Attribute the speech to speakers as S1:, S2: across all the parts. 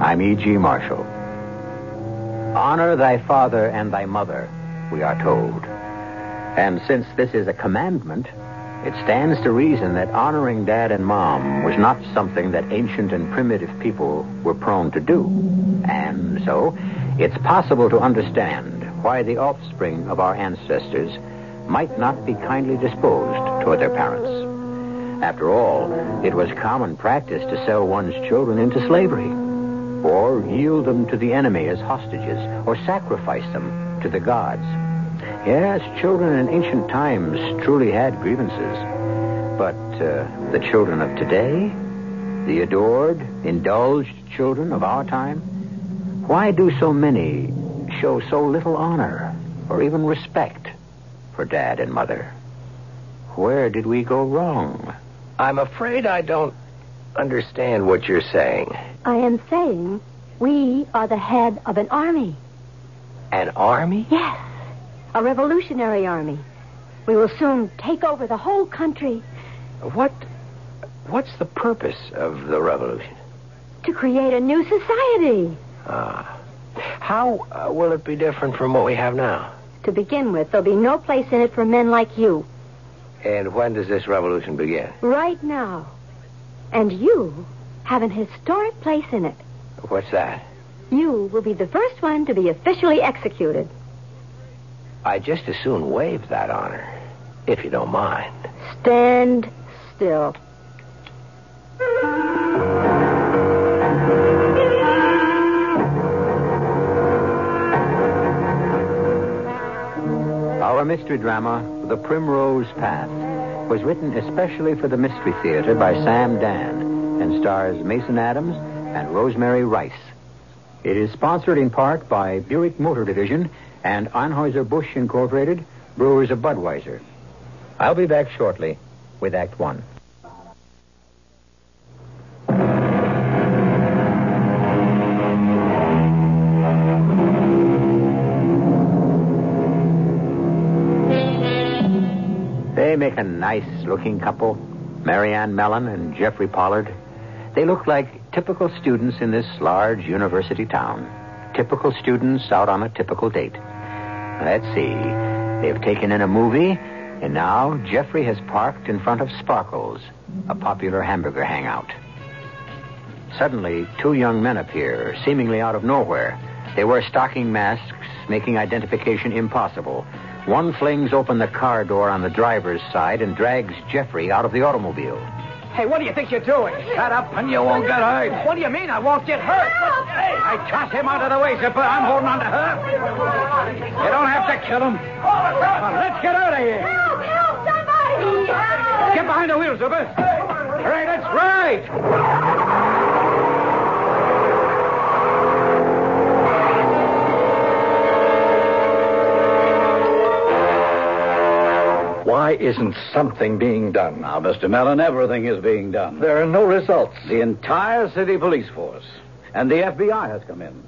S1: I'm E.G. Marshall. Honor thy father and thy mother, we are told. And since this is a commandment, it stands to reason that honoring dad and mom was not something that ancient and primitive people were prone to do. And so, it's possible to understand why the offspring of our ancestors might not be kindly disposed toward their parents. After all, it was common practice to sell one's children into slavery, or yield them to the enemy as hostages, or sacrifice them to the gods. Yes, children in ancient times truly had grievances. But uh, the children of today, the adored, indulged children of our time, why do so many show so little honor or even respect for dad and mother? Where did we go wrong?
S2: I'm afraid I don't understand what you're saying.
S3: I am saying we are the head of an army.
S2: An army?
S3: Yes, a revolutionary army. We will soon take over the whole country
S2: What what's the purpose of the revolution?
S3: to create a new society.
S2: Ah. How uh, will it be different from what we have now?
S3: To begin with, there'll be no place in it for men like you
S2: And when does this revolution begin?
S3: right now. And you have an historic place in it.
S2: What's that?
S3: You will be the first one to be officially executed.
S2: I just as soon waive that honor, if you don't mind.
S3: Stand still.
S1: Our mystery drama, The Primrose Path, was written especially for the Mystery Theater by Sam Dan and stars Mason Adams and Rosemary Rice. It is sponsored in part by Buick Motor Division and Anheuser-Busch Incorporated, Brewers of Budweiser. I'll be back shortly with Act One. They make a nice looking couple, Marianne Mellon and Jeffrey Pollard. They look like typical students in this large university town. Typical students out on a typical date. Let's see. They've taken in a movie, and now Jeffrey has parked in front of Sparkles, a popular hamburger hangout. Suddenly, two young men appear, seemingly out of nowhere. They wear stocking masks, making identification impossible. One flings open the car door on the driver's side and drags Jeffrey out of the automobile.
S4: Hey, what do you think you're doing? Shut up and you won't get hurt. What do you mean I won't get hurt? Hey, I tossed him out of the way, Zipper. I'm holding on to her. You don't have to kill him. Now, let's get out of here.
S3: Help! Help! Somebody!
S4: Get behind the wheel, Zipper. Hey, that's right.
S5: Why isn't something being done?
S6: Now, Mr. Mellon, everything is being done.
S5: There are no results.
S6: The entire city police force and the FBI has come in.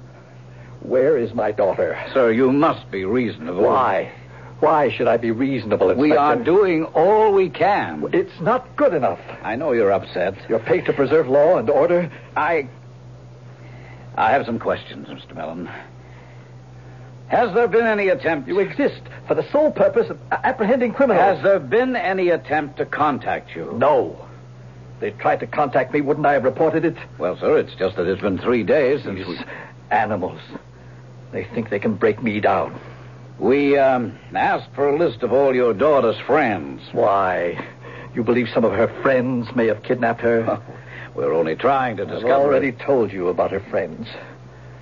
S5: Where is my daughter?
S6: Sir, you must be reasonable.
S5: Why? Why should I be reasonable, Inspector?
S6: We are doing all we can.
S5: It's not good enough.
S6: I know you're upset.
S5: You're paid to preserve law and order.
S6: I. I have some questions, Mr. Mellon. Has there been any attempt.
S5: You exist for the sole purpose of apprehending criminals.
S6: Has there been any attempt to contact you?
S5: No. They tried to contact me. Wouldn't I have reported it?
S6: Well, sir, it's just that it's been three days since
S5: These
S6: we.
S5: animals. They think they can break me down.
S6: We um, asked for a list of all your daughter's friends.
S5: Why? You believe some of her friends may have kidnapped her?
S6: We're only trying to
S5: I've
S6: discover.
S5: already
S6: it.
S5: told you about her friends.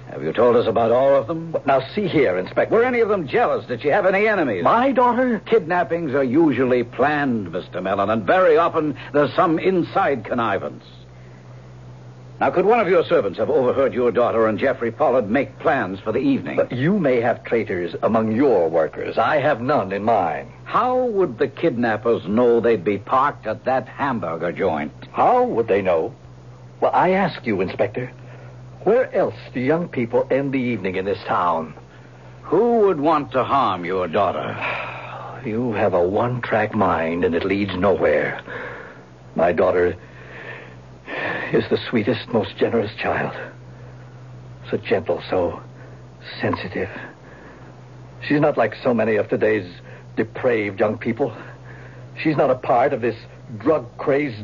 S6: Have you told us about all of them?
S5: But now see here, Inspector.
S6: Were any of them jealous? Did she have any enemies?
S5: My daughter?
S6: Kidnappings are usually planned, Mr. Mellon, and very often there's some inside connivance. Now, could one of your servants have overheard your daughter and Jeffrey Pollard make plans for the evening?
S5: But you may have traitors among your workers. I have none in mine.
S6: How would the kidnappers know they'd be parked at that hamburger joint?
S5: How would they know? Well, I ask you, Inspector. Where else do young people end the evening in this town?
S6: Who would want to harm your daughter?
S5: You have a one track mind, and it leads nowhere. My daughter is the sweetest, most generous child. so gentle, so sensitive. She's not like so many of today's depraved young people. She's not a part of this drug crazed,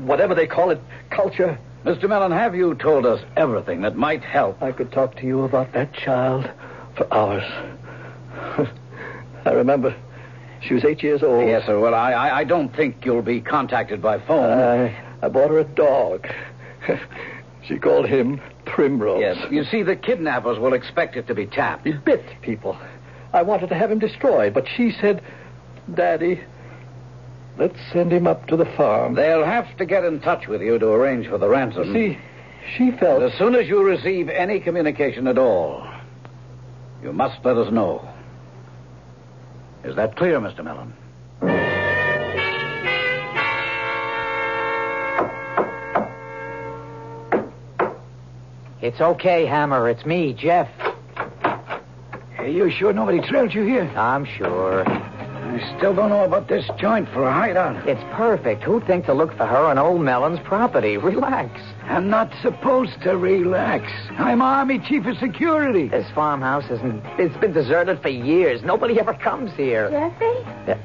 S5: whatever they call it, culture.
S6: Mr. Mellon, have you told us everything that might help?
S5: I could talk to you about that child for hours. I remember she was eight years old.
S6: Yes, sir. Well, I, I, I don't think you'll be contacted by phone.
S5: I, I bought her a dog. she called him Primrose.
S6: yes. You see, the kidnappers will expect it to be tapped.
S5: He bit people. I wanted to have him destroyed, but she said, Daddy, let's send him up to the farm.
S6: They'll have to get in touch with you to arrange for the ransom.
S5: See, she felt.
S6: And as soon as you receive any communication at all, you must let us know. Is that clear, Mr. Mellon?
S7: It's okay, Hammer. It's me, Jeff.
S6: Are you sure nobody trailed you here?
S7: I'm sure.
S6: I still don't know about this joint for a hideout.
S7: It's perfect. Who'd think to look for her on old Mellon's property? Relax.
S6: I'm not supposed to relax. I'm Army Chief of Security.
S7: This farmhouse isn't. It's been deserted for years. Nobody ever comes here.
S3: Jeffy?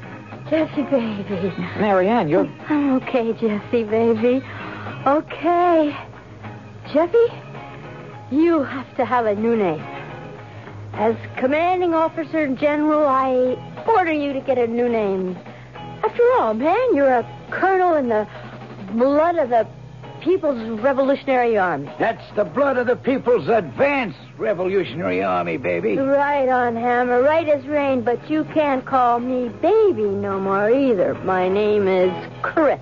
S3: Jeffy, baby.
S7: Marianne, you're.
S3: I'm okay, Jeffy, baby. Okay. Jeffy, you have to have a new name. As commanding officer and general, I order you to get a new name. After all, man, you're a colonel in the blood of the People's Revolutionary Army.
S6: That's the blood of the People's Advanced Revolutionary Army, baby.
S3: Right on, Hammer, right as rain, but you can't call me baby no more either. My name is Chris.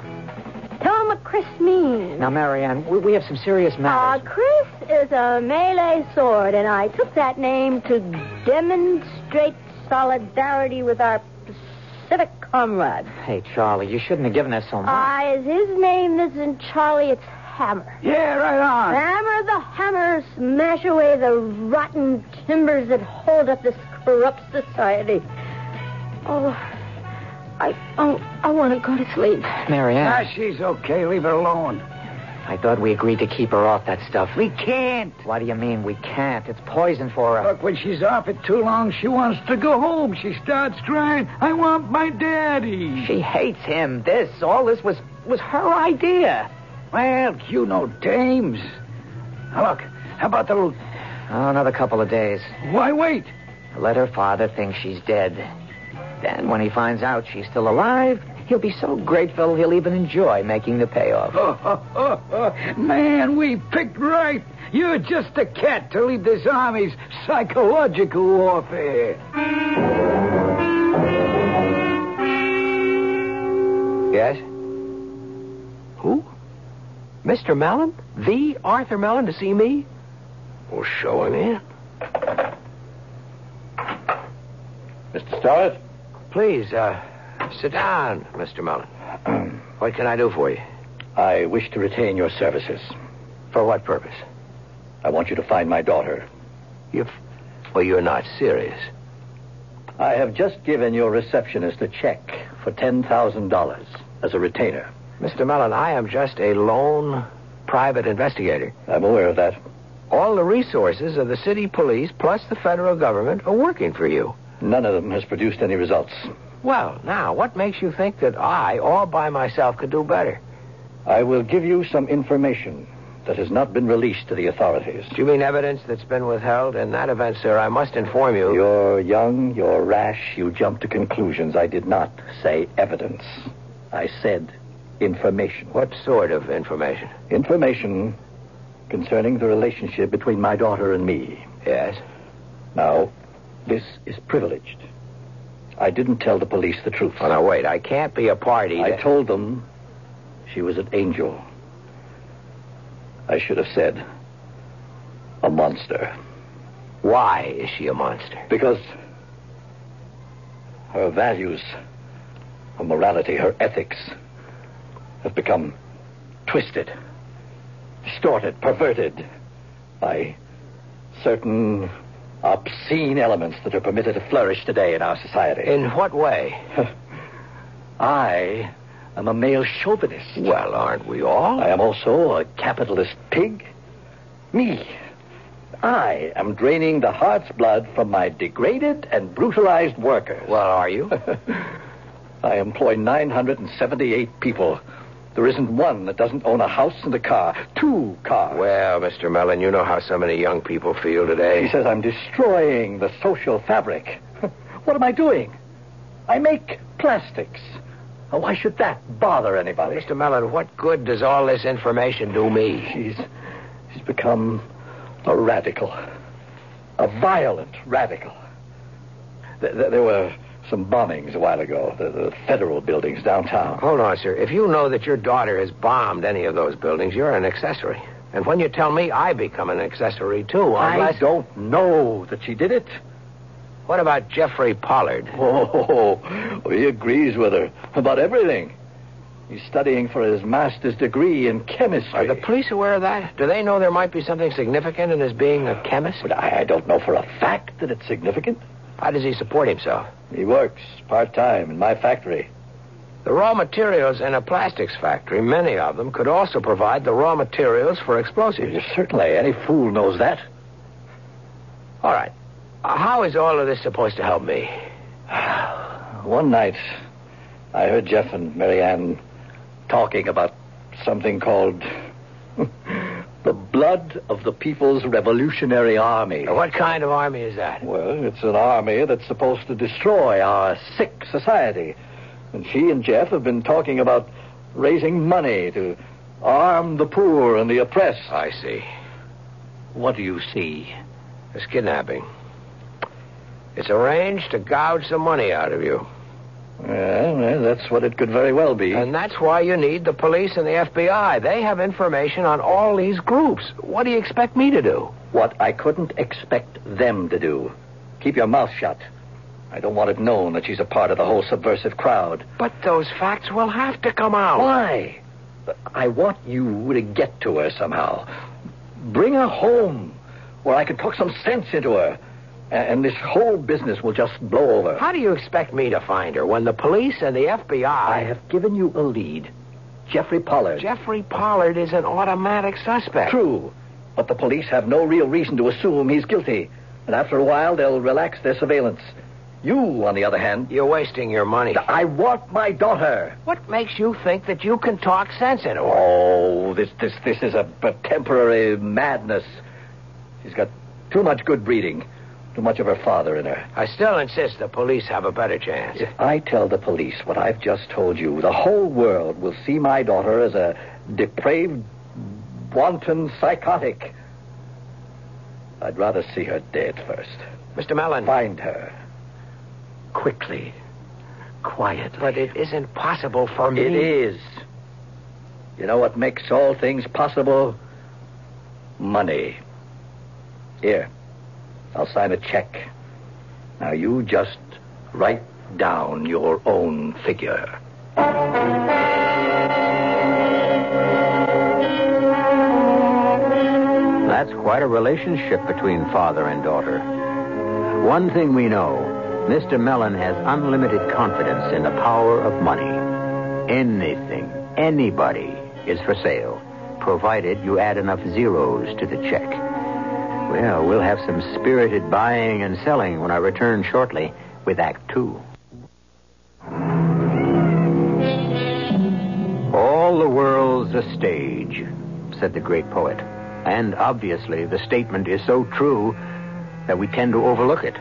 S3: Tell him what Chris means.
S7: Now, Marianne, we, we have some serious
S3: Uh,
S7: matters.
S3: Chris is a melee sword, and I took that name to demonstrate solidarity with our Pacific comrades.
S7: Hey, Charlie, you shouldn't have given us so much.
S3: I is his name isn't Charlie, it's Hammer.
S6: Yeah, right on.
S3: Hammer the hammer, smash away the rotten timbers that hold up this corrupt society. Oh, I, oh, I want to go to sleep.
S7: Marianne,
S6: Ah, she's okay. Leave her alone.
S7: I thought we agreed to keep her off that stuff.
S6: We can't.
S7: What do you mean we can't? It's poison for her.
S6: Look, when she's off it too long, she wants to go home. She starts crying. I want my daddy.
S7: She hates him. This, all this was was her idea.
S6: Well, you know dames. Now, look, how about the little...
S7: Oh, another couple of days.
S6: Why wait?
S7: Let her father think she's dead. Then, when he finds out she's still alive, he'll be so grateful he'll even enjoy making the payoff.
S6: Oh, oh, oh, oh. Man, we picked right. You're just a cat to lead this army's psychological warfare.
S1: Yes?
S7: Who? Mr. Mellon? The Arthur Mellon to see me?
S1: Well, Oh, show him in.
S5: Mr. Starrett?
S1: Please, uh, sit down, Mr. Mellon. what can I do for you?
S5: I wish to retain your services.
S1: For what purpose?
S5: I want you to find my daughter.
S1: You've... Well, you're not serious.
S5: I have just given your receptionist a check for $10,000 as a retainer.
S1: Mr. Mellon, I am just a lone private investigator.
S5: I'm aware of that.
S1: All the resources of the city police plus the federal government are working for you.
S5: None of them has produced any results.
S1: Well, now, what makes you think that I, all by myself, could do better?
S5: I will give you some information that has not been released to the authorities.
S1: Do you mean evidence that's been withheld? In that event, sir, I must inform you.
S5: You're young, you're rash, you jump to conclusions. I did not say evidence. I said information.
S1: What sort of information?
S5: Information concerning the relationship between my daughter and me.
S1: Yes.
S5: Now, this is privileged. I didn't tell the police the truth.
S1: Well, Oh, now, wait. I can't be a party.
S5: I
S1: to-
S5: told them she was an angel. I should have said a monster.
S1: Why is she a monster?
S5: Because her values, her morality, her ethics have become twisted, distorted, perverted by certain obscene elements that are permitted to flourish today in our society.
S1: In what way?
S5: I am a male chauvinist.
S1: Well, aren't we all?
S5: I am also a capitalist pig. Me. I am draining the heart's blood from my degraded and brutalized workers.
S1: Well, are you?
S5: I employ 978 people. There isn't one that doesn't own a house and a car. Two cars.
S1: well, Mr. Mellon, you know how so many young people feel
S5: He
S1: today.
S5: says I'm destroying the social fabric. what am I doing? I make plastics. Now, Why should that bother anybody?
S1: Mr. Mellon, what good does all this information do me?
S5: She's she's become a radical, a violent radical. Th- th- there were some bombings a while ago. The, the federal buildings downtown.
S1: Hold on, sir. If you know that your daughter has bombed any of those buildings, you're an accessory. And when you tell me, I become an accessory, too,
S5: I
S1: unless...
S5: don't know that she did it.
S1: What about Jeffrey Pollard?
S5: Oh, he agrees with her about everything. He's studying for his master's degree in
S1: Are
S5: chemistry.
S1: the police aware of that? Do they know there might be something significant in his being a chemist?
S5: But I, I don't know for a fact that it's significant.
S1: How does he support himself?
S5: He works part time in my factory.
S1: The raw materials in a plastics factory, many of them, could also provide the raw materials for explosives.
S5: Certainly, any fool knows that.
S1: All right. Uh, How is all of this supposed to help me?
S5: One night, I heard Jeff and Marianne talking about something called the Blood of the People's Revolutionary Army.
S1: What kind of army is that?
S5: Well, it's an army that's supposed to destroy our sick society. And she and Jeff have been talking about raising money to arm the poor and the oppressed.
S1: I see.
S5: What do you see?
S1: It's kidnapping. It's arranged to gouge some money out of you.
S5: Well, well, that's what it could very well be.
S1: And that's why you need the police and the FBI. They have information on all these groups. What do you expect me to do?
S5: what I couldn't expect them to do. Keep your mouth shut. I don't want it known that she's a part of the whole subversive crowd.
S1: But those facts will have to come out.
S5: Why? I want you to get to her somehow. Bring her home, where I can talk some sense into her. A- And this whole business will just blow over.
S1: How do you expect me to find her when the police and the FBI?
S5: I have given you a lead. Jeffrey Pollard.
S1: Jeffrey Pollard is an automatic suspect.
S5: True. But the police have no real reason to assume he's guilty. And after a while, they'll relax their surveillance. You, on the other hand,
S1: You're wasting your money.
S5: I want my daughter.
S1: What makes you think that you can talk sense into her?
S5: Oh, this this this is a, a temporary madness. She's got too much good breeding, too much of her father in her.
S1: I still insist the police have a better chance.
S5: If I tell the police what I've just told you, the whole world will see my daughter as a depraved, wanton psychotic. I'd rather see her dead first.
S1: Mr. Mellon.
S5: Find her. Quickly. Quietly.
S1: But it isn't possible for me.
S5: It is. You know what makes all things possible? Money. Here, I'll sign a check. Now you just write down your own figure.
S7: That's quite a relationship between father and daughter. One thing we know Mr. Mellon has unlimited confidence in the power of money. Anything, anybody is for sale, provided you add enough zeros to the check. Well, we'll have some spirited buying and selling when I return shortly with Act Two. All the world's a stage, said the great poet. And obviously, the statement is so true that we tend to overlook it.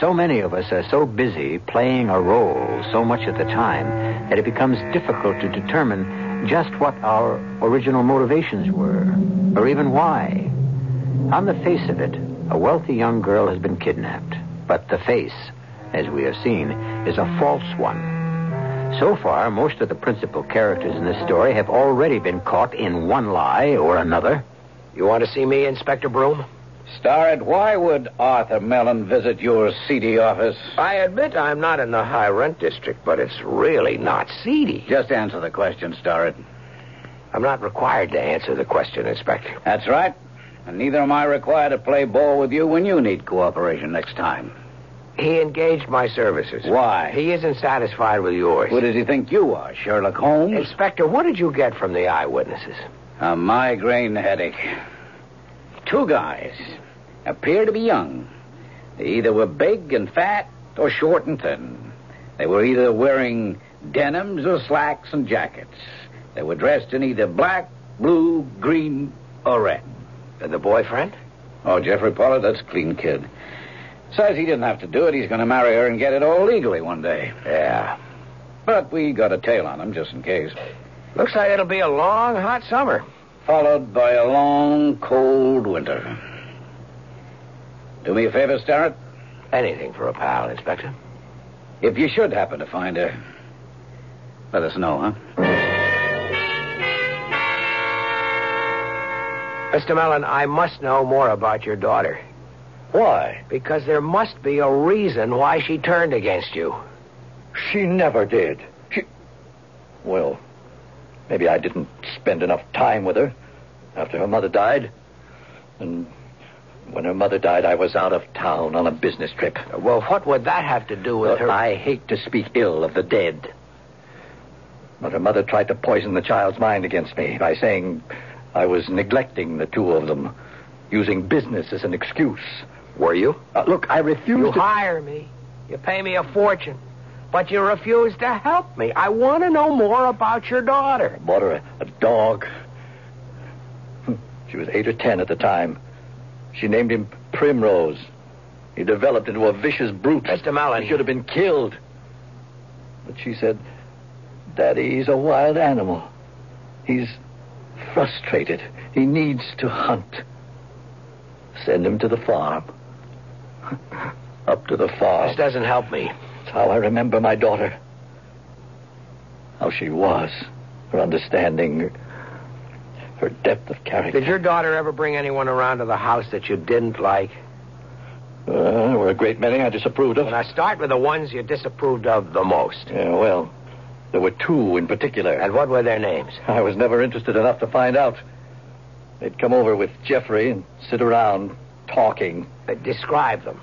S7: So many of us are so busy playing a role so much at the time that it becomes difficult to determine just what our original motivations were, or even why. On the face of it, a wealthy young girl has been kidnapped. But the face, as we have seen, is a false one. So far, most of the principal characters in this story have already been caught in one lie or another.
S1: You want to see me, Inspector Broom?
S6: Star it, why would Arthur Mellon visit your seedy office?
S1: I admit I'm not in the high rent district, but it's really not seedy.
S6: Just answer the question, Starrett.
S1: I'm not required to answer the question, Inspector.
S6: That's right. And neither am I required to play ball with you when you need cooperation next time.
S1: He engaged my services.
S6: Why?
S1: He isn't satisfied with yours.
S6: Who does he think you are, Sherlock Holmes?
S1: Inspector, what did you get from the eyewitnesses?
S6: A migraine headache. Two guys. appear to be young. They either were big and fat or short and thin. They were either wearing denims or slacks and jackets. They were dressed in either black, blue, green, or red.
S1: And the boyfriend?
S6: Oh, Jeffrey Pollard, that's a clean kid. Says he didn't have to do it. He's going to marry her and get it all legally one day.
S1: Yeah.
S6: But we got a tail on him just in case.
S1: Looks like it'll be a long, hot summer.
S6: Followed by a long, cold winter. Do me a favor, Starrett.
S1: Anything for a pal, Inspector.
S6: If you should happen to find her, let us know, huh?
S1: Mr. Mellon, I must know more about your daughter.
S5: Why?
S1: Because there must be a reason why she turned against you.
S5: She never did. She. Well, maybe I didn't spend enough time with her after her mother died. And when her mother died, I was out of town on a business trip.
S1: Well, what would that have to do with
S5: But
S1: her?
S5: I hate to speak ill of the dead. But her mother tried to poison the child's mind against me by saying I was neglecting the two of them, using business as an excuse.
S1: Were you?
S5: Uh, look, I refuse
S1: You
S5: to.
S1: hire me. You pay me a fortune. But you refuse to help me. I want to know more about your daughter.
S5: bought her a, a dog. She was eight or ten at the time. She named him Primrose. He developed into a vicious brute.
S1: Mr. Mallon.
S5: He should have been killed. But she said, Daddy, he's a wild animal. He's frustrated. He needs to hunt. Send him to the farm. Up to the farm.
S1: This doesn't help me.
S5: That's how I remember my daughter. How she was, her understanding, her depth of character.
S1: Did your daughter ever bring anyone around to the house that you didn't like?
S5: Uh, there were a great many I disapproved of.
S1: And I start with the ones you disapproved of the most.
S5: Yeah, well, there were two in particular.
S1: And what were their names?
S5: I was never interested enough to find out. They'd come over with Jeffrey and sit around talking.
S1: Uh, Describe them.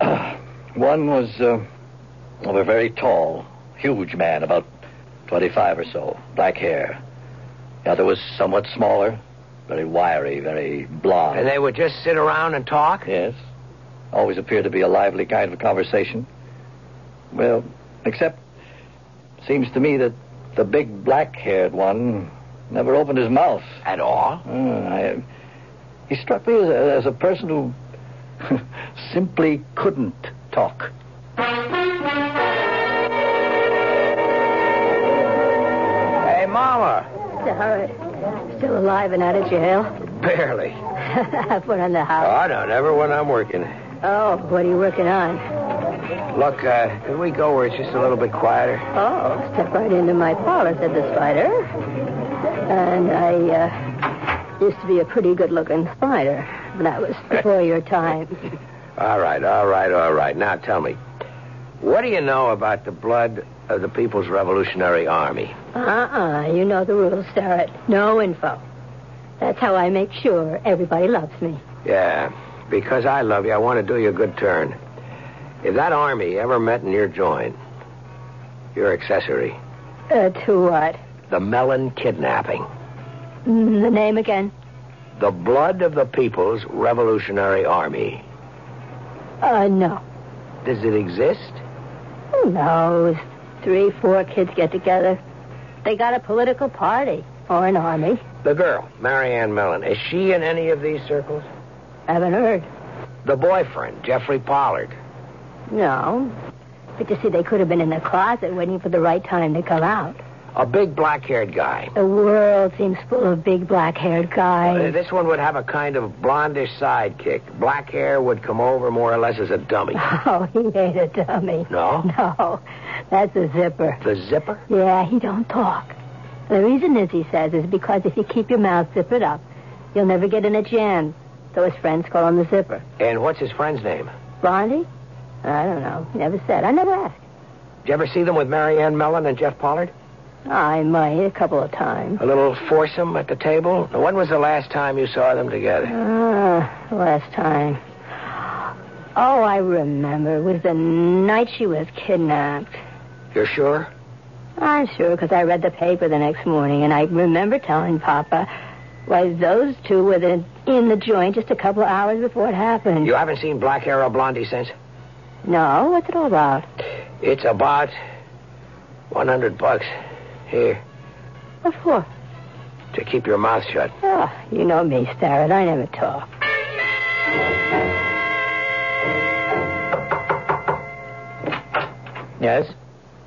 S5: One was uh, of a very tall, huge man, about 25 or so, black hair. The other was somewhat smaller, very wiry, very blond.
S1: And they would just sit around and talk?
S5: Yes. Always appeared to be a lively kind of conversation. Well, except seems to me that the big black-haired one never opened his mouth.
S1: At all?
S5: Uh, I, he struck me as a, as a person who simply couldn't talk.
S1: Hey, Mama.
S3: Sorry. Still alive and out of jail?
S1: Barely.
S3: I put on the
S1: Oh,
S3: house.
S1: I don't ever when I'm working.
S6: Uh.
S3: Oh, what are you working on?
S1: Look, uh, can we go where it's just a little bit quieter?
S3: Oh, step right into my parlor, said the spider. And I uh, used to be a pretty good looking spider, but that was before your time.
S1: All right, all right, all right. Now tell me, what do you know about the blood of the People's Revolutionary Army?
S3: Uh uh you know the rules, Starrett. No info. That's how I make sure everybody loves me.
S1: Yeah, because I love you, I want to do you a good turn. If that army ever met in your joint, your accessory,
S3: Uh, to what?
S1: the Mellon kidnapping,
S3: Mm, the name again?
S1: the blood of the People's Revolutionary Army,
S3: Uh, no.
S1: does it exist?
S3: Who knows? Three, four kids get together. They got a political party or an army.
S1: The girl, Marianne Mellon, is she in any of these circles?
S3: Haven't heard.
S1: The boyfriend, Jeffrey Pollard.
S3: No. But you see, they could have been in the closet waiting for the right time to come out.
S1: A big black haired guy.
S3: The world seems full of big black haired
S1: Uh,
S3: guys.
S1: this one would have a kind of blondish sidekick. Black hair would come over more or less as a dummy.
S3: Oh, he ain't a dummy.
S1: No?
S3: No. That's a zipper.
S1: The zipper?
S3: Yeah, he don't talk. The reason is, he says, is because if you keep your mouth zippered up, you'll never get in a jam. So his friends call him the zipper.
S1: And what's his friend's name?
S3: Blondie? I don't know. Never said. I never asked.
S1: Did you ever see them with Marianne Mellon and Jeff Pollard?
S3: I might a couple of times.
S1: A little foursome at the table? Now, When was the last time you saw them together?
S3: Ah, last time. Oh, I remember. It was the night she was kidnapped.
S1: You're sure?
S3: I'm sure because I read the paper the next morning and I remember telling Papa, Why, those two were the, in the joint just a couple of hours before it happened.
S1: You haven't seen Black Hair or Blondie since?
S3: No, what's it all about?
S1: It's about 100 bucks. Here,
S3: What for?
S1: to keep your mouth shut.
S3: Oh, you know me, Starrett. I never talk.
S8: Yes?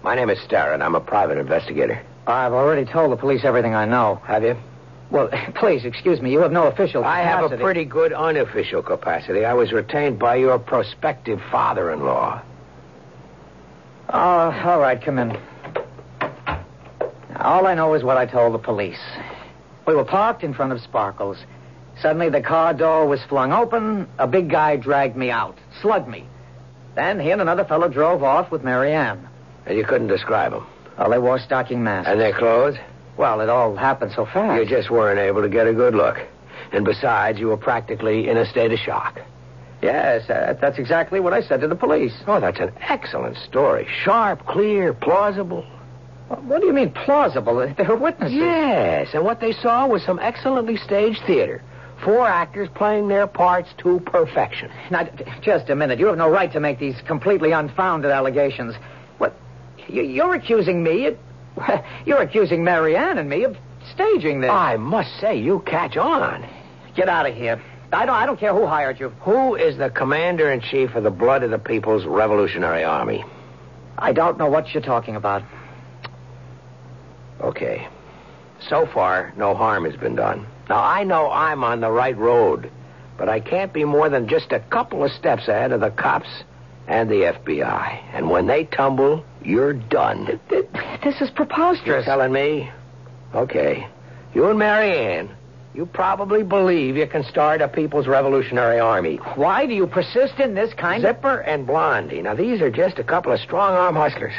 S1: My name is Starrett. I'm a private investigator.
S8: I've already told the police everything I know.
S1: Have you?
S8: Well, please, excuse me. You have no official
S1: I have a
S8: capacity.
S1: pretty good unofficial capacity. I was retained by your prospective father in law.
S8: Uh, all right, come in. All I know is what I told the police. We were parked in front of Sparkles. Suddenly, the car door was flung open. A big guy dragged me out, slugged me. Then he and another fellow drove off with Mary Ann.
S1: And you couldn't describe them.
S8: Well, they wore stocking masks.
S1: And their clothes?
S8: Well, it all happened so fast.
S1: You just weren't able to get a good look. And besides, you were practically in a state of shock.
S8: Yes, uh, that's exactly what I said to the police.
S1: Oh, that's an excellent story. Sharp, clear, plausible.
S8: What do you mean plausible? There were witnesses.
S1: Yes, and what they saw was some excellently staged theater. Four actors playing their parts to perfection.
S8: Now, j- just a minute. You have no right to make these completely unfounded allegations. What? You, you're accusing me? Of, you're accusing Marianne and me of staging this.
S1: I must say, you catch on.
S8: Get out of here. I don't. I don't care who hired you.
S1: Who is the commander in chief of the Blood of the People's Revolutionary Army?
S8: I don't know what you're talking about.
S1: Okay. So far, no harm has been done. Now, I know I'm on the right road, but I can't be more than just a couple of steps ahead of the cops and the FBI. And when they tumble, you're done.
S8: This is
S1: You're
S8: preposterous.
S1: telling me? Okay. You and Marianne, you probably believe you can start a People's Revolutionary Army.
S8: Why do you persist in this kind of?
S1: Zipper and Blondie. Now, these are just a couple of strong arm huskers.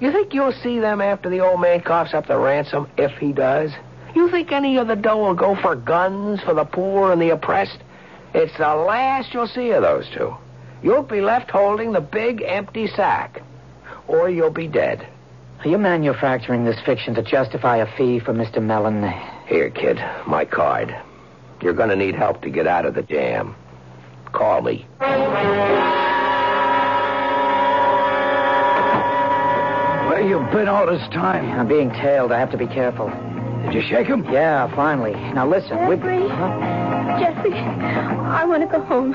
S1: You think you'll see them after the old man coughs up the ransom, if he does? You think any of the dough will go for guns for the poor and the oppressed? It's the last you'll see of those two. You'll be left holding the big empty sack, or you'll be dead.
S8: Are you manufacturing this fiction to justify a fee for Mr. Mellon?
S1: Here, kid, my card. You're going to need help to get out of the jam. Call me.
S6: Where you been all this time?
S8: I'm being tailed. I have to be careful.
S6: Did you shake him?
S8: Yeah, finally. Now listen. we-
S3: Jeffrey.
S8: Huh?
S3: Jeffrey, I want to go home.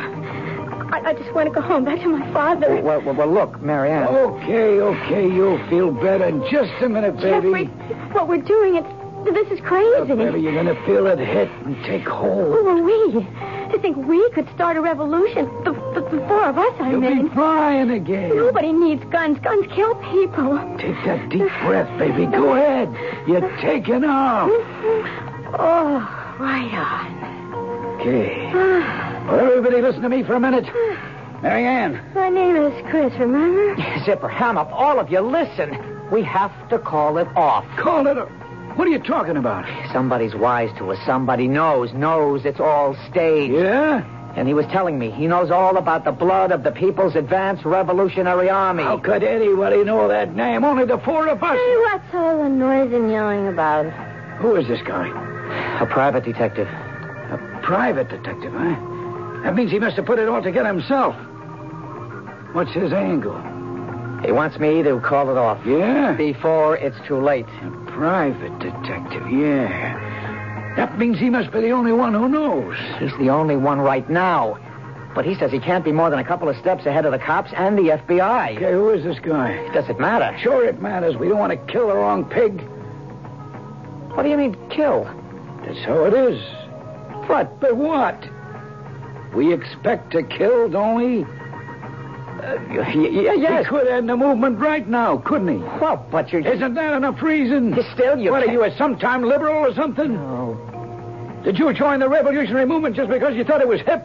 S3: I, I just want to go home back to my father.
S8: Well, well, well, look, Marianne.
S6: Okay, okay, you'll feel better in just a minute,
S3: Jeffrey,
S6: baby.
S3: what we're doing, it's, this is crazy.
S6: Baby, you're gonna feel it hit and take hold.
S3: Who are we? To think we could start a revolution. The, the, the four of us, I
S6: You'll
S3: mean.
S6: be flying again.
S3: Nobody needs guns. Guns kill people.
S6: Take that deep breath, baby. Go ahead. You're taking off.
S3: Oh, right on.
S6: Okay. Well, everybody, listen to me for a minute. Mary Ann.
S3: My name is Chris, remember?
S8: Zipper, ham up, all of you, listen. We have to call it off.
S6: Call it a. What are you talking about?
S8: Somebody's wise to us. Somebody knows, knows it's all staged.
S6: Yeah?
S8: And he was telling me he knows all about the blood of the People's Advance Revolutionary Army.
S6: How could anybody know that name? Only the four of us.
S3: Hey, what's all the noise and yelling about?
S6: Who is this guy?
S8: A private detective.
S6: A private detective, huh? That means he must have put it all together himself. What's his angle?
S8: He wants me to call it off.
S6: Yeah?
S8: Before it's too late.
S6: Private detective, yeah. That means he must be the only one who knows.
S8: He's the only one right now. But he says he can't be more than a couple of steps ahead of the cops and the FBI.
S6: Okay, who is this guy?
S8: Does it matter?
S6: Sure, it matters. We don't want to kill the wrong pig.
S8: What do you mean, kill?
S6: That's how it is. But, but what? We expect to kill, don't we?
S8: yes.
S6: He could end the movement right now, couldn't he?
S8: Well, but you're...
S6: Isn't that enough reason?
S8: Still, you
S6: what
S8: can't-
S6: are you, a sometime liberal or something? Did you join the revolutionary movement just because you thought it was hip?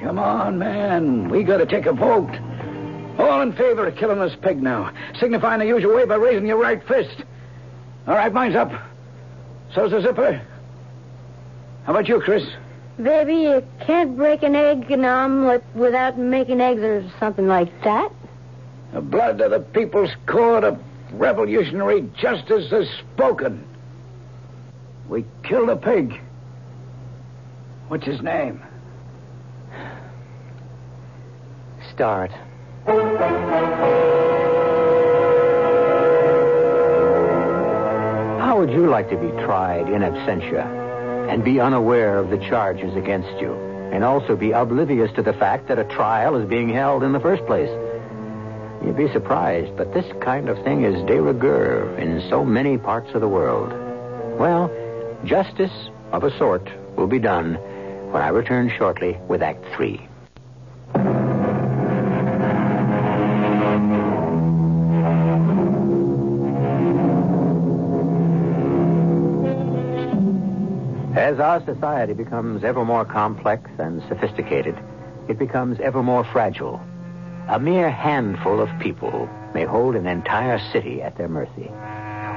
S6: Come on, man. We gotta take a vote. All in favor of killing this pig now. Signifying the usual way by raising your right fist. All right, mine's up. So's the zipper. How about you, Chris?
S3: Baby, you can't break an egg and omelet without making eggs or something like that.
S6: The blood of the people's court of revolutionary justice has spoken. We killed a pig. What's his name?
S8: Start.
S7: How would you like to be tried in absentia and be unaware of the charges against you and also be oblivious to the fact that a trial is being held in the first place? You'd be surprised, but this kind of thing is de rigueur in so many parts of the world. Well, justice of a sort will be done when I return shortly with Act Three. As our society becomes ever more complex and sophisticated, it becomes ever more fragile. A mere handful of people may hold an entire city at their mercy.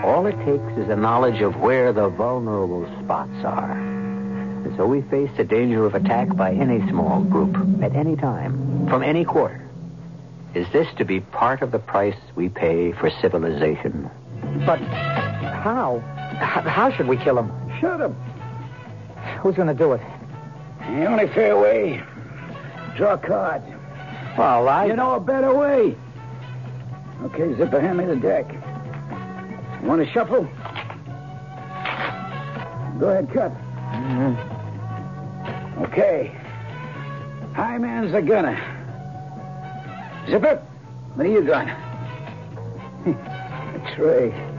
S7: All it takes is a knowledge of where the vulnerable spots are. And so we face the danger of attack by any small group at any time, from any quarter. Is this to be part of the price we pay for civilization?
S8: But how? H- how should we kill him?
S6: Shut him.
S8: Who's going to do it?
S6: The only fair way. Draw a card.
S8: Well, I.
S6: You know a better way. Okay, Zipper, hand me the deck. You want to shuffle? Go ahead, cut. Okay. High man's the gunner. Zipper, what are you gun? That's right.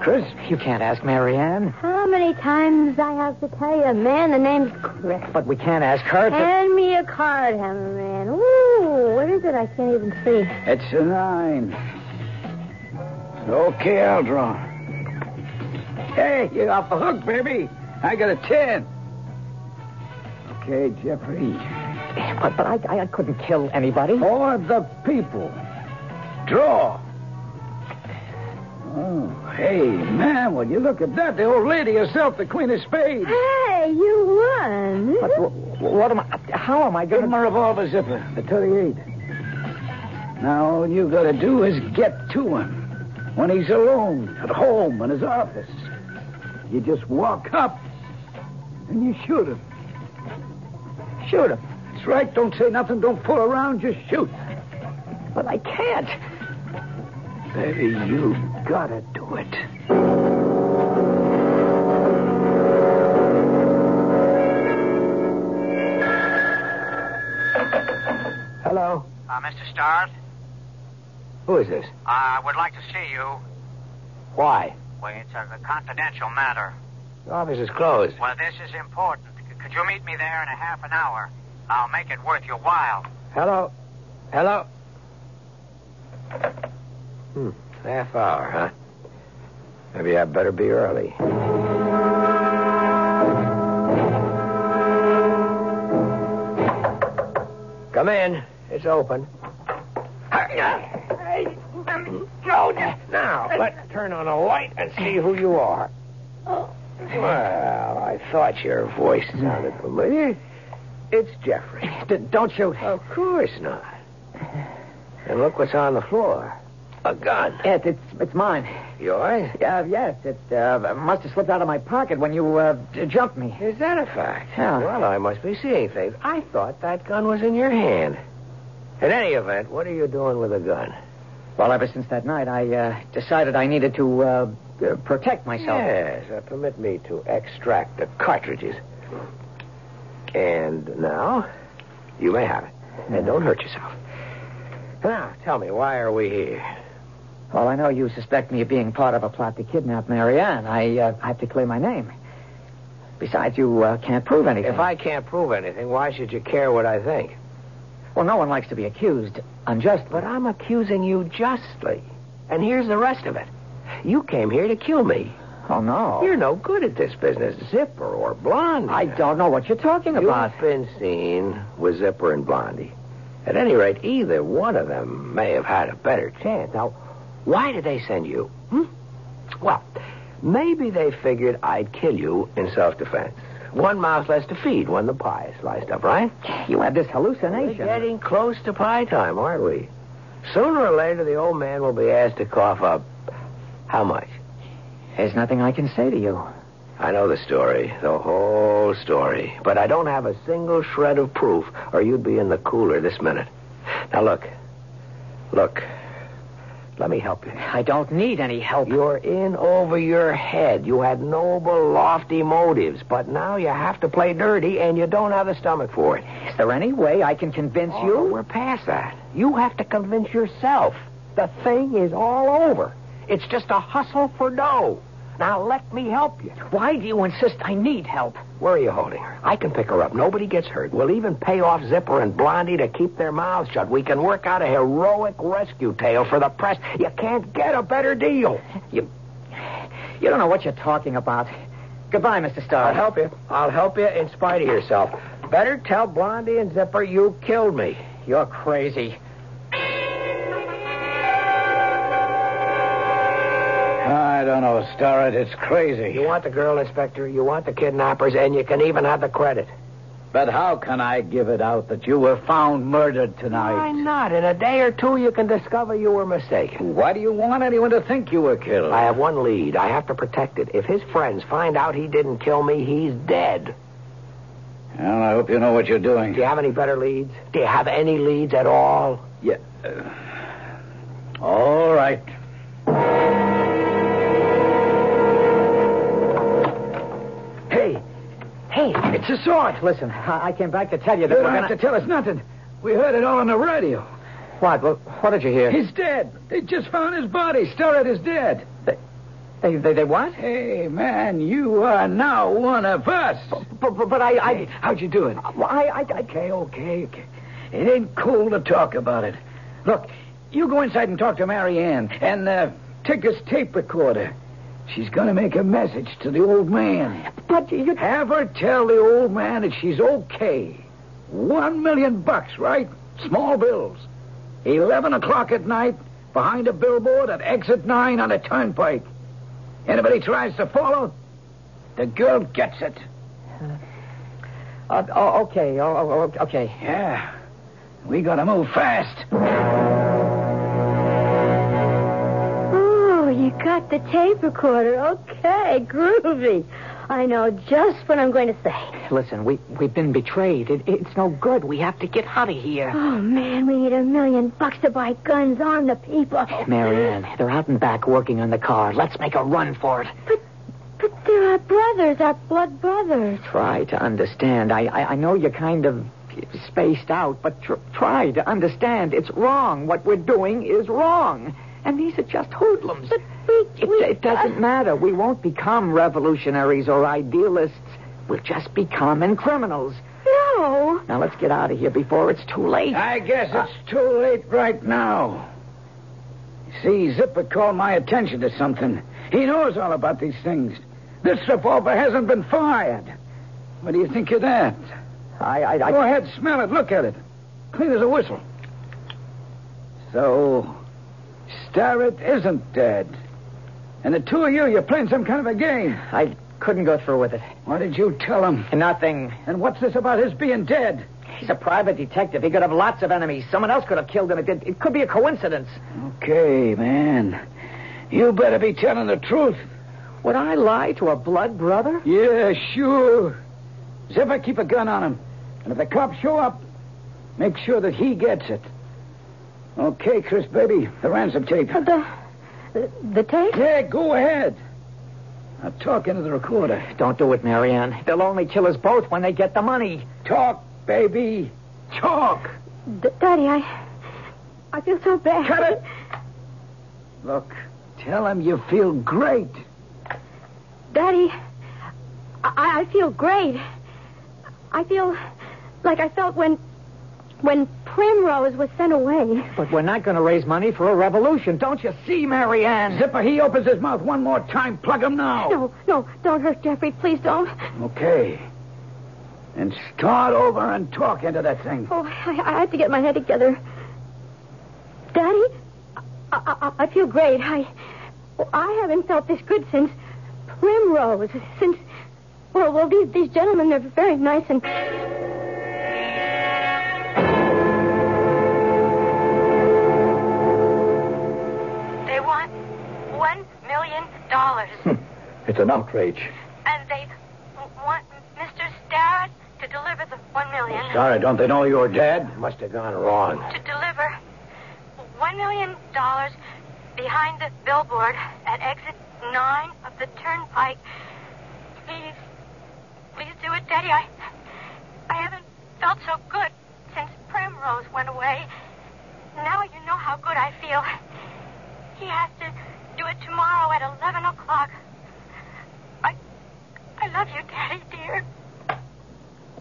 S6: Chris,
S8: You can't ask Marianne.
S3: How many times I have to tell you, man, the name's Chris.
S8: But we can't ask her to.
S3: Hand me a card, Hammer Man. Ooh, what is it? I can't even see.
S6: it's a nine. Okay, I'll draw. Hey, you're off the hook, baby. I got a ten. Okay, Jeffrey.
S8: But, but I, I, I couldn't kill anybody.
S6: For the people. Draw. Oh, hey, man, will you look at that? The old lady herself, the queen of spades.
S3: Hey, you won.
S8: But wh- what am I? How am I
S6: Give
S8: going
S6: him
S8: to?
S6: a revolver zipper, the 38. Now, all you gotta do is get to him. When he's alone, at home, in his office. You just walk up, and you shoot him. Shoot him. That's right. Don't say nothing. Don't fool around. Just shoot.
S8: But I can't.
S6: Baby, you gotta do it. Hello?
S9: Uh, Mr. Starr,
S6: Who is this?
S9: I would like to see you.
S6: Why?
S9: Well, it's a, a confidential matter.
S6: The office is closed.
S9: Well, this is important. C- could you meet me there in a half an hour? I'll make it worth your while.
S6: Hello? Hello? Hmm,
S1: Half hour, huh? Maybe I better be early. Come in. It's open.
S8: um,
S1: Go now. Let's turn on a light and see who you are.
S8: Oh.
S1: Well, I thought your voice sounded familiar. It's Jeffrey. don't shoot. Of course not. And look what's on the floor. A gun.
S8: It, it's it's mine.
S1: Yours?
S8: Uh, yes, it uh, must have slipped out of my pocket when you uh, j- jumped me.
S1: Is that a fact?
S8: Yeah.
S1: Well, I must be seeing things. I thought that gun was in your hand. In any event, what are you doing with a gun?
S8: Well, ever since that night, I uh, decided I needed to uh, uh, protect myself.
S1: Yes, uh, permit me to extract the cartridges. And now, you may have it.
S8: Mm.
S1: And don't hurt yourself. Now, tell me, why are we here?
S8: Well, I know you suspect me of being part of a plot to kidnap Marianne. I uh, have to clear my name. Besides, you uh, can't prove anything.
S1: If I can't prove anything, why should you care what I think?
S8: well, no one likes to be accused unjustly.
S1: But I'm accusing you justly. And here's the rest of it. You came here to kill me.
S8: Oh no,
S1: You're no good at this business, Zipper or Blondie.
S8: I don't know what you're talking about.
S1: You've been seen with Zipper and Blondie. At any rate, either one of them may have had a better chance. Now, why did they send you? Hmm? Well, maybe they figured I'd kill you in self-defense. One mouth less to feed when the pie is sliced up, right?
S8: You have this
S1: We're
S8: hallucination.
S1: getting close to pie time, aren't we? Sooner or later, the old man will be asked to cough up how much?
S8: There's nothing I can say to you.
S1: I know the story, the whole story, but I don't have a single shred of proof, or you'd be in the cooler this minute. Now look, look, let me help you.
S8: I don't need any help.
S1: You're in over your head. You had noble, lofty motives, but now you have to play dirty, and you don't have the stomach for it.
S8: Is there any way I can convince
S1: Oh,
S8: you?
S1: we're past that. You have to convince yourself. The thing is all over. It's just a hustle for dough. Now let me help you.
S8: Why do you insist I need help?
S1: Where are you holding her? I can pick her up. Nobody gets hurt. We'll even pay off Zipper and Blondie to keep their mouths shut. We can work out a heroic rescue tale for the press. You can't get a better deal.
S8: You. You don't know what you're talking about. Goodbye, Mr. Starr.
S1: I'll help you. I'll help you in spite of yourself. Better tell Blondie and Zipper you killed me.
S8: You're crazy.
S6: I don't know, Starrett. It's
S1: You
S6: crazy.
S1: want the girl, Inspector. You want the kidnappers, and you can even have the credit.
S6: But how can I give it out that you were found murdered
S1: Why
S6: tonight?
S1: not? In a day or two, you can discover you were mistaken.
S6: Why do you want anyone to think you were killed?
S1: I have one lead. I have to protect it. If his friends find out he didn't kill me, he's dead.
S6: Well, I hope you know what you're doing.
S1: Do you have any better leads? Do you have any leads at all?
S6: Yeah. All right.
S1: Hey, hey, it's a sword.
S8: Listen, I, I came back to tell you that
S6: You
S8: we're
S6: don't have
S8: gonna-
S6: to tell us nothing. We heard it all on the radio.
S8: What? Well, what did you hear?
S6: He's dead. They just found his body. Starrett is dead.
S8: They, they, they what?
S6: Hey, man, you are now one of us.
S8: But, but, but I, I, Uh,
S6: how'd you do it?
S8: well, I, I, I,
S6: Okay, okay, okay. It ain't cool to talk about it. Look, you go inside and talk to Marianne and uh, take this tape recorder. She's going to make a message to the old man.
S8: but you,
S6: Have her tell the old man that she's okay. One million bucks, right? Small bills. Eleven o'clock at night, behind a billboard at exit nine on a turnpike. Anybody tries to follow, the girl gets it.
S8: uh, oh, okay, oh, oh, oh, okay.
S6: Yeah. We gotta move fast.
S3: Oh, you got the tape recorder. Okay, groovy. I know just what I'm going to say.
S8: Listen, we, we've been betrayed. It, it's no good. We have to get out of
S1: Ah.
S8: here.
S3: Oh, man, we need a million bucks to buy guns, arm the people.
S8: Marianne, they're out and back working on the car. Let's make a run for it.
S3: But they're our brothers, our blood brothers.
S8: Try to understand. I, I, I know you're kind of spaced out, but tr- try to understand. It's wrong. What we're doing is wrong. And these are just hoodlums.
S3: But we,
S8: It,
S3: we
S8: it doesn't matter. We won't become revolutionaries or idealists. We'll just be common criminals.
S3: No.
S8: Now let's get out of here before it's too late.
S6: I guess
S8: Uh,
S6: it's too late right now. See, Zipper called my attention to something. He knows all about these things. This revolver hasn't been fired. What do you think of that?
S8: I, I, I
S6: Go ahead, smell it, look at it. Clean as a whistle. So, Starrett isn't dead. And the two of you, you're playing some kind of a game.
S8: I couldn't go through with it.
S6: What did you tell him?
S8: Nothing.
S6: And what's this about his being dead?
S8: He's a private detective. He could have lots of enemies. Someone else could have killed him. It, it, it could be a coincidence.
S6: Okay, man. You better be telling the truth.
S8: Would I lie to a blood brother?
S6: Yeah, sure. Zipper, keep a gun on him. And if the cops show up, make sure that he gets it. Okay, Chris, baby, the ransom tape.
S3: The, the tape?
S6: Yeah, go ahead. Now talk into the recorder.
S8: Don't do it, Marianne. They'll only kill us both when they get the money.
S6: Talk, baby. Talk.
S3: D- Daddy, I. I feel so bad.
S6: Cut it. Look, tell him you feel great.
S3: Daddy, I, I feel great. I feel like I felt when. when Primrose was sent away.
S8: But we're not going to raise money for a revolution. Don't you see, Marianne?
S6: Zipper, he opens his mouth one more time. Plug him now.
S3: No, no, don't hurt Jeffrey. Please don't.
S6: Okay. And start over and talk into that thing.
S3: Oh, I, I have to get my head together. Daddy, I, I, I feel great. I, I haven't felt this good since Primrose. Since, well, well, these, these gentlemen are very nice and.
S4: They want one million dollars,
S5: Hmm. It's an outrage.
S4: and they One million.
S6: Sorry, don't they know you're dead?
S1: Must have gone wrong.
S4: To deliver one million dollars behind the billboard at exit nine of the turnpike. Please, please do it, Daddy. I, I haven't felt so good since Primrose went away. Now you know how good I feel. He has to do it tomorrow at eleven o'clock. I, I love you, Daddy dear.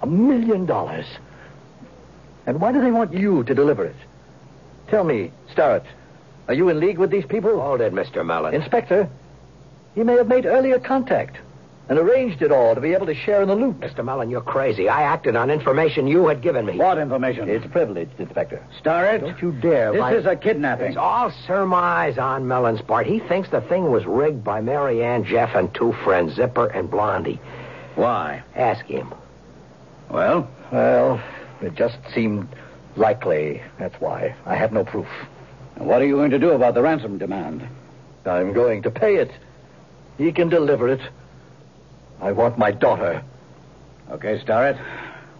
S5: A million dollars. And why do they want you to deliver it? Tell me, Starrett, are you in league with these people?
S1: Hold it, Mr. Mellon.
S5: Inspector, he may have made earlier contact and arranged it all to be able to share in the loot.
S1: Mr. Mellon, you're crazy. I acted on information you had given me.
S6: What information?
S5: It's privileged, Inspector.
S6: Starrett,
S5: Don't you dare.
S6: this
S5: vi-
S6: is a kidnapping.
S1: It's all surmise on Mellon's part. He thinks the thing was rigged by Mary Ann Jeff and two friends, Zipper and Blondie.
S6: Why?
S1: Ask him.
S6: Well,
S5: Well, it just seemed likely. That's why. I have no proof.
S6: what are you going to do about the ransom demand?
S5: I'm going to pay it. He can deliver it. I want my daughter.
S6: Okay, Starrett,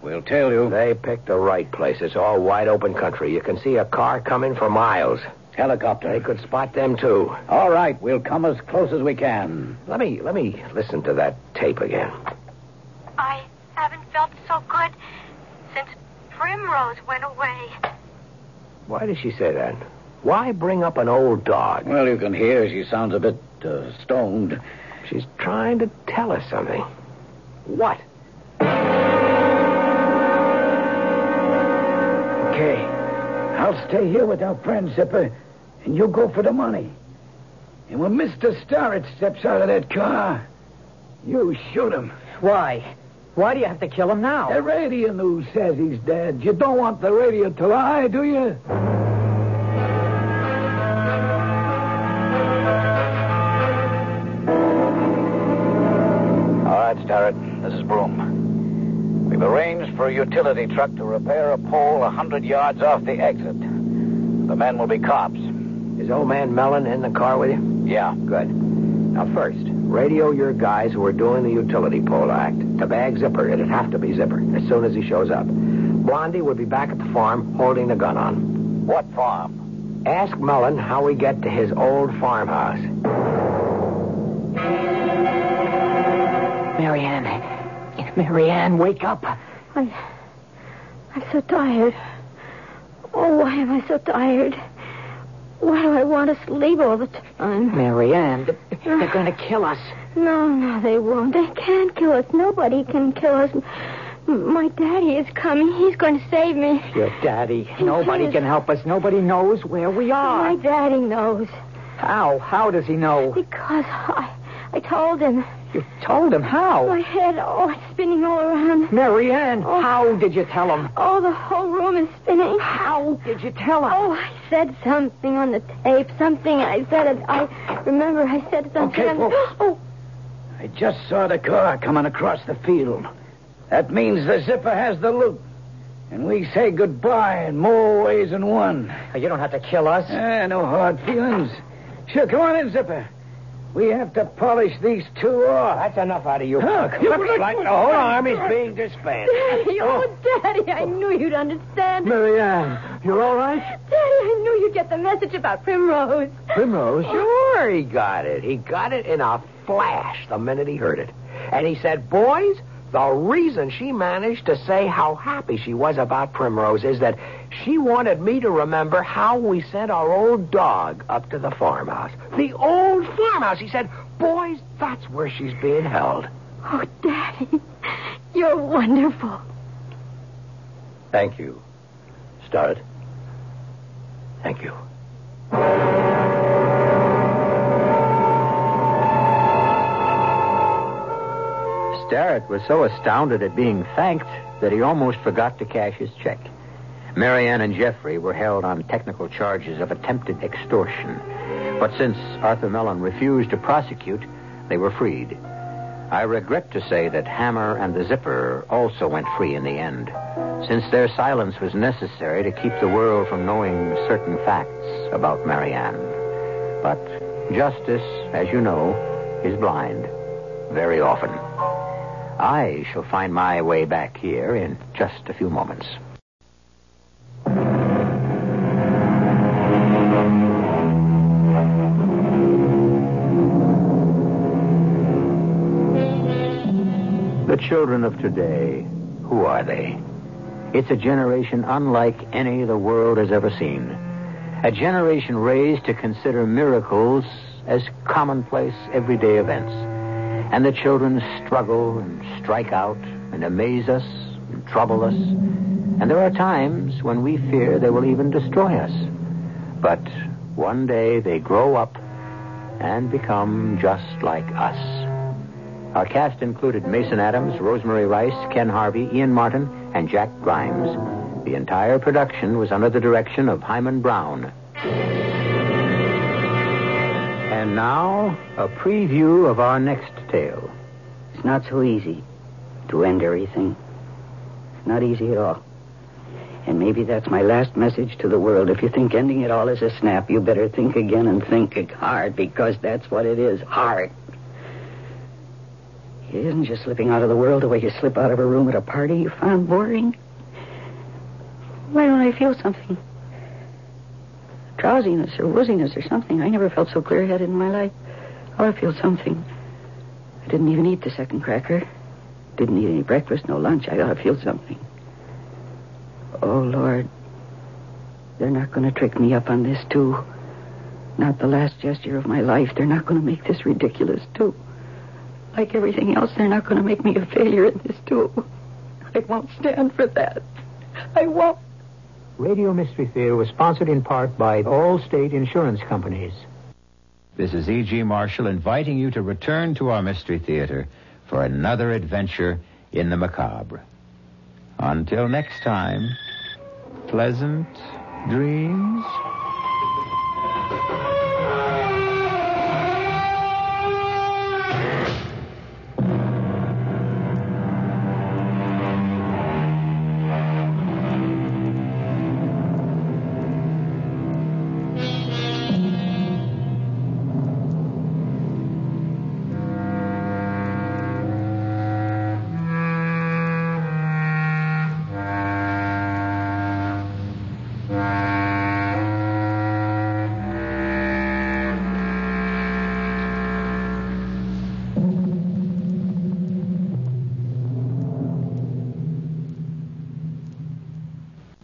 S6: we'll tell you.
S1: They picked the right place. It's all wide open country. You can see a car coming for miles.
S6: Helicopter.
S1: They could spot them too.
S6: All right, we'll come as close as we can.
S1: Let me let me listen to that tape again.
S4: I haven't felt so good since Primrose went away.
S1: Why does she say that? Why bring up an old dog?
S6: Well, you can hear she sounds a bit uh, stoned.
S1: She's trying to tell us something. What?
S6: Okay. I'll stay here with our friend, Zipper, and you go for the money. And when Mr. Starrett steps out of that car, you shoot him.
S8: Why? Why do you have to kill him now?
S6: The radio news says he's dead. You don't want the radio to lie, do you?
S5: All right, Starrett. This is Broom. We've arranged for a utility truck to repair a pole a hundred yards off the exit. The men will be cops.
S1: Is old man Mellon in the car with you?
S5: Yeah.
S1: Good. Now first, radio your guys who are doing the utility pole act to bag Zipper. It'd have to be Zipper as soon as he shows up. Blondie will be back at the farm holding the gun on him.
S5: What farm?
S1: Ask Mullen how we get to his old farmhouse.
S8: Marianne. Marianne, wake up.
S3: I'm, I'm so tired. Oh, why am I so tired? Why do I want to sleep all the time?
S8: Marianne, they're going to kill us.
S3: No, no, they won't. They can't kill us. Nobody can kill us. M- My daddy is coming. He's going to save me.
S8: Your daddy. Nobody can help us. Nobody knows where we
S3: My
S8: are.
S3: daddy knows
S8: How? How does he know?
S3: because I, I told him.
S8: You told him how?
S3: My head, oh, it's spinning all around.
S8: Marianne,
S3: Oh.
S8: how did you tell him?
S3: Oh, the whole room is spinning.
S8: How did you tell him?
S3: Oh, I said something on the tape. Something I said. It, I remember I said something.
S6: Okay,
S3: on
S6: folks.
S3: Oh,
S6: I just saw the car coming across the field. That means the zipper has the loot. And we say goodbye in more ways than one.
S8: You don't have to kill us.
S6: Ah, no hard feelings. Sure, come on in, Zipper. We have to polish these two off.
S1: That's enough out of you.
S6: Look,
S1: Looks
S6: look,
S1: like
S6: look.
S1: the whole army's being disbanded.
S3: Daddy, oh, Daddy, I knew you'd understand.
S6: Marianne, you're all right?
S3: Daddy, I knew you'd get the message about Primrose.
S6: Primrose?
S1: Sure, he got it. He got it in a flash the minute he heard it. And he said, Boys, the reason she managed to say how happy she was about Primrose is that she wanted me to remember how we sent our old dog up to the farmhouse. The old farmhouse. He said, Boys, that's where she's being held.
S3: Oh, Daddy, you're wonderful.
S5: Thank you, Starrett.
S1: Thank you.
S7: Starrett was so astounded at being thanked that he almost forgot to cash his check. Marianne and Jeffrey were held on technical charges of attempted extortion. But since Arthur Mellon refused to prosecute, they were freed. I regret to say that Hammer and the Zipper also went free in the end, since their silence was necessary to keep the world from knowing certain facts about Marianne. But justice, as you know, is blind, very often.
S6: I shall find my way back here in just a few moments. The children of today, who are they? It's a generation unlike any the world has ever seen. A generation raised to consider miracles as commonplace, everyday events. And the children struggle and strike out and amaze us and trouble us. And there are times when we fear they will even destroy us. But one day they grow up and become just like us. Our cast included Mason Adams, Rosemary Rice, Ken Harvey, Ian Martin, and Jack Grimes. The entire production was under the direction of Hyman Brown. And now, a preview of our next tale.
S3: It's not so easy to end everything. It's not easy at all. And maybe that's my last message to the world. If you think ending it all is a snap, you better think again and think ag- hard because that's what it is hard. It isn't just slipping out of the world the way you slip out of a room at a party you found boring. Why don't I feel something? Drowsiness or wooziness or something. I never felt so clear headed in my life. Oh, I ought to feel something. I didn't even eat the second cracker. Didn't eat any breakfast, no lunch. I ought to feel something. Oh, Lord. They're not going to trick me up on this, too. Not the last gesture of my life. They're not going to make this ridiculous, too. Like everything else, they're not going to make me a failure in this, too. I won't stand for that. I won't.
S6: Radio Mystery Theater was sponsored in part by Allstate Insurance Companies. This is E.G. Marshall inviting you to return to our Mystery Theater for another adventure in the macabre. Until next time, pleasant dreams.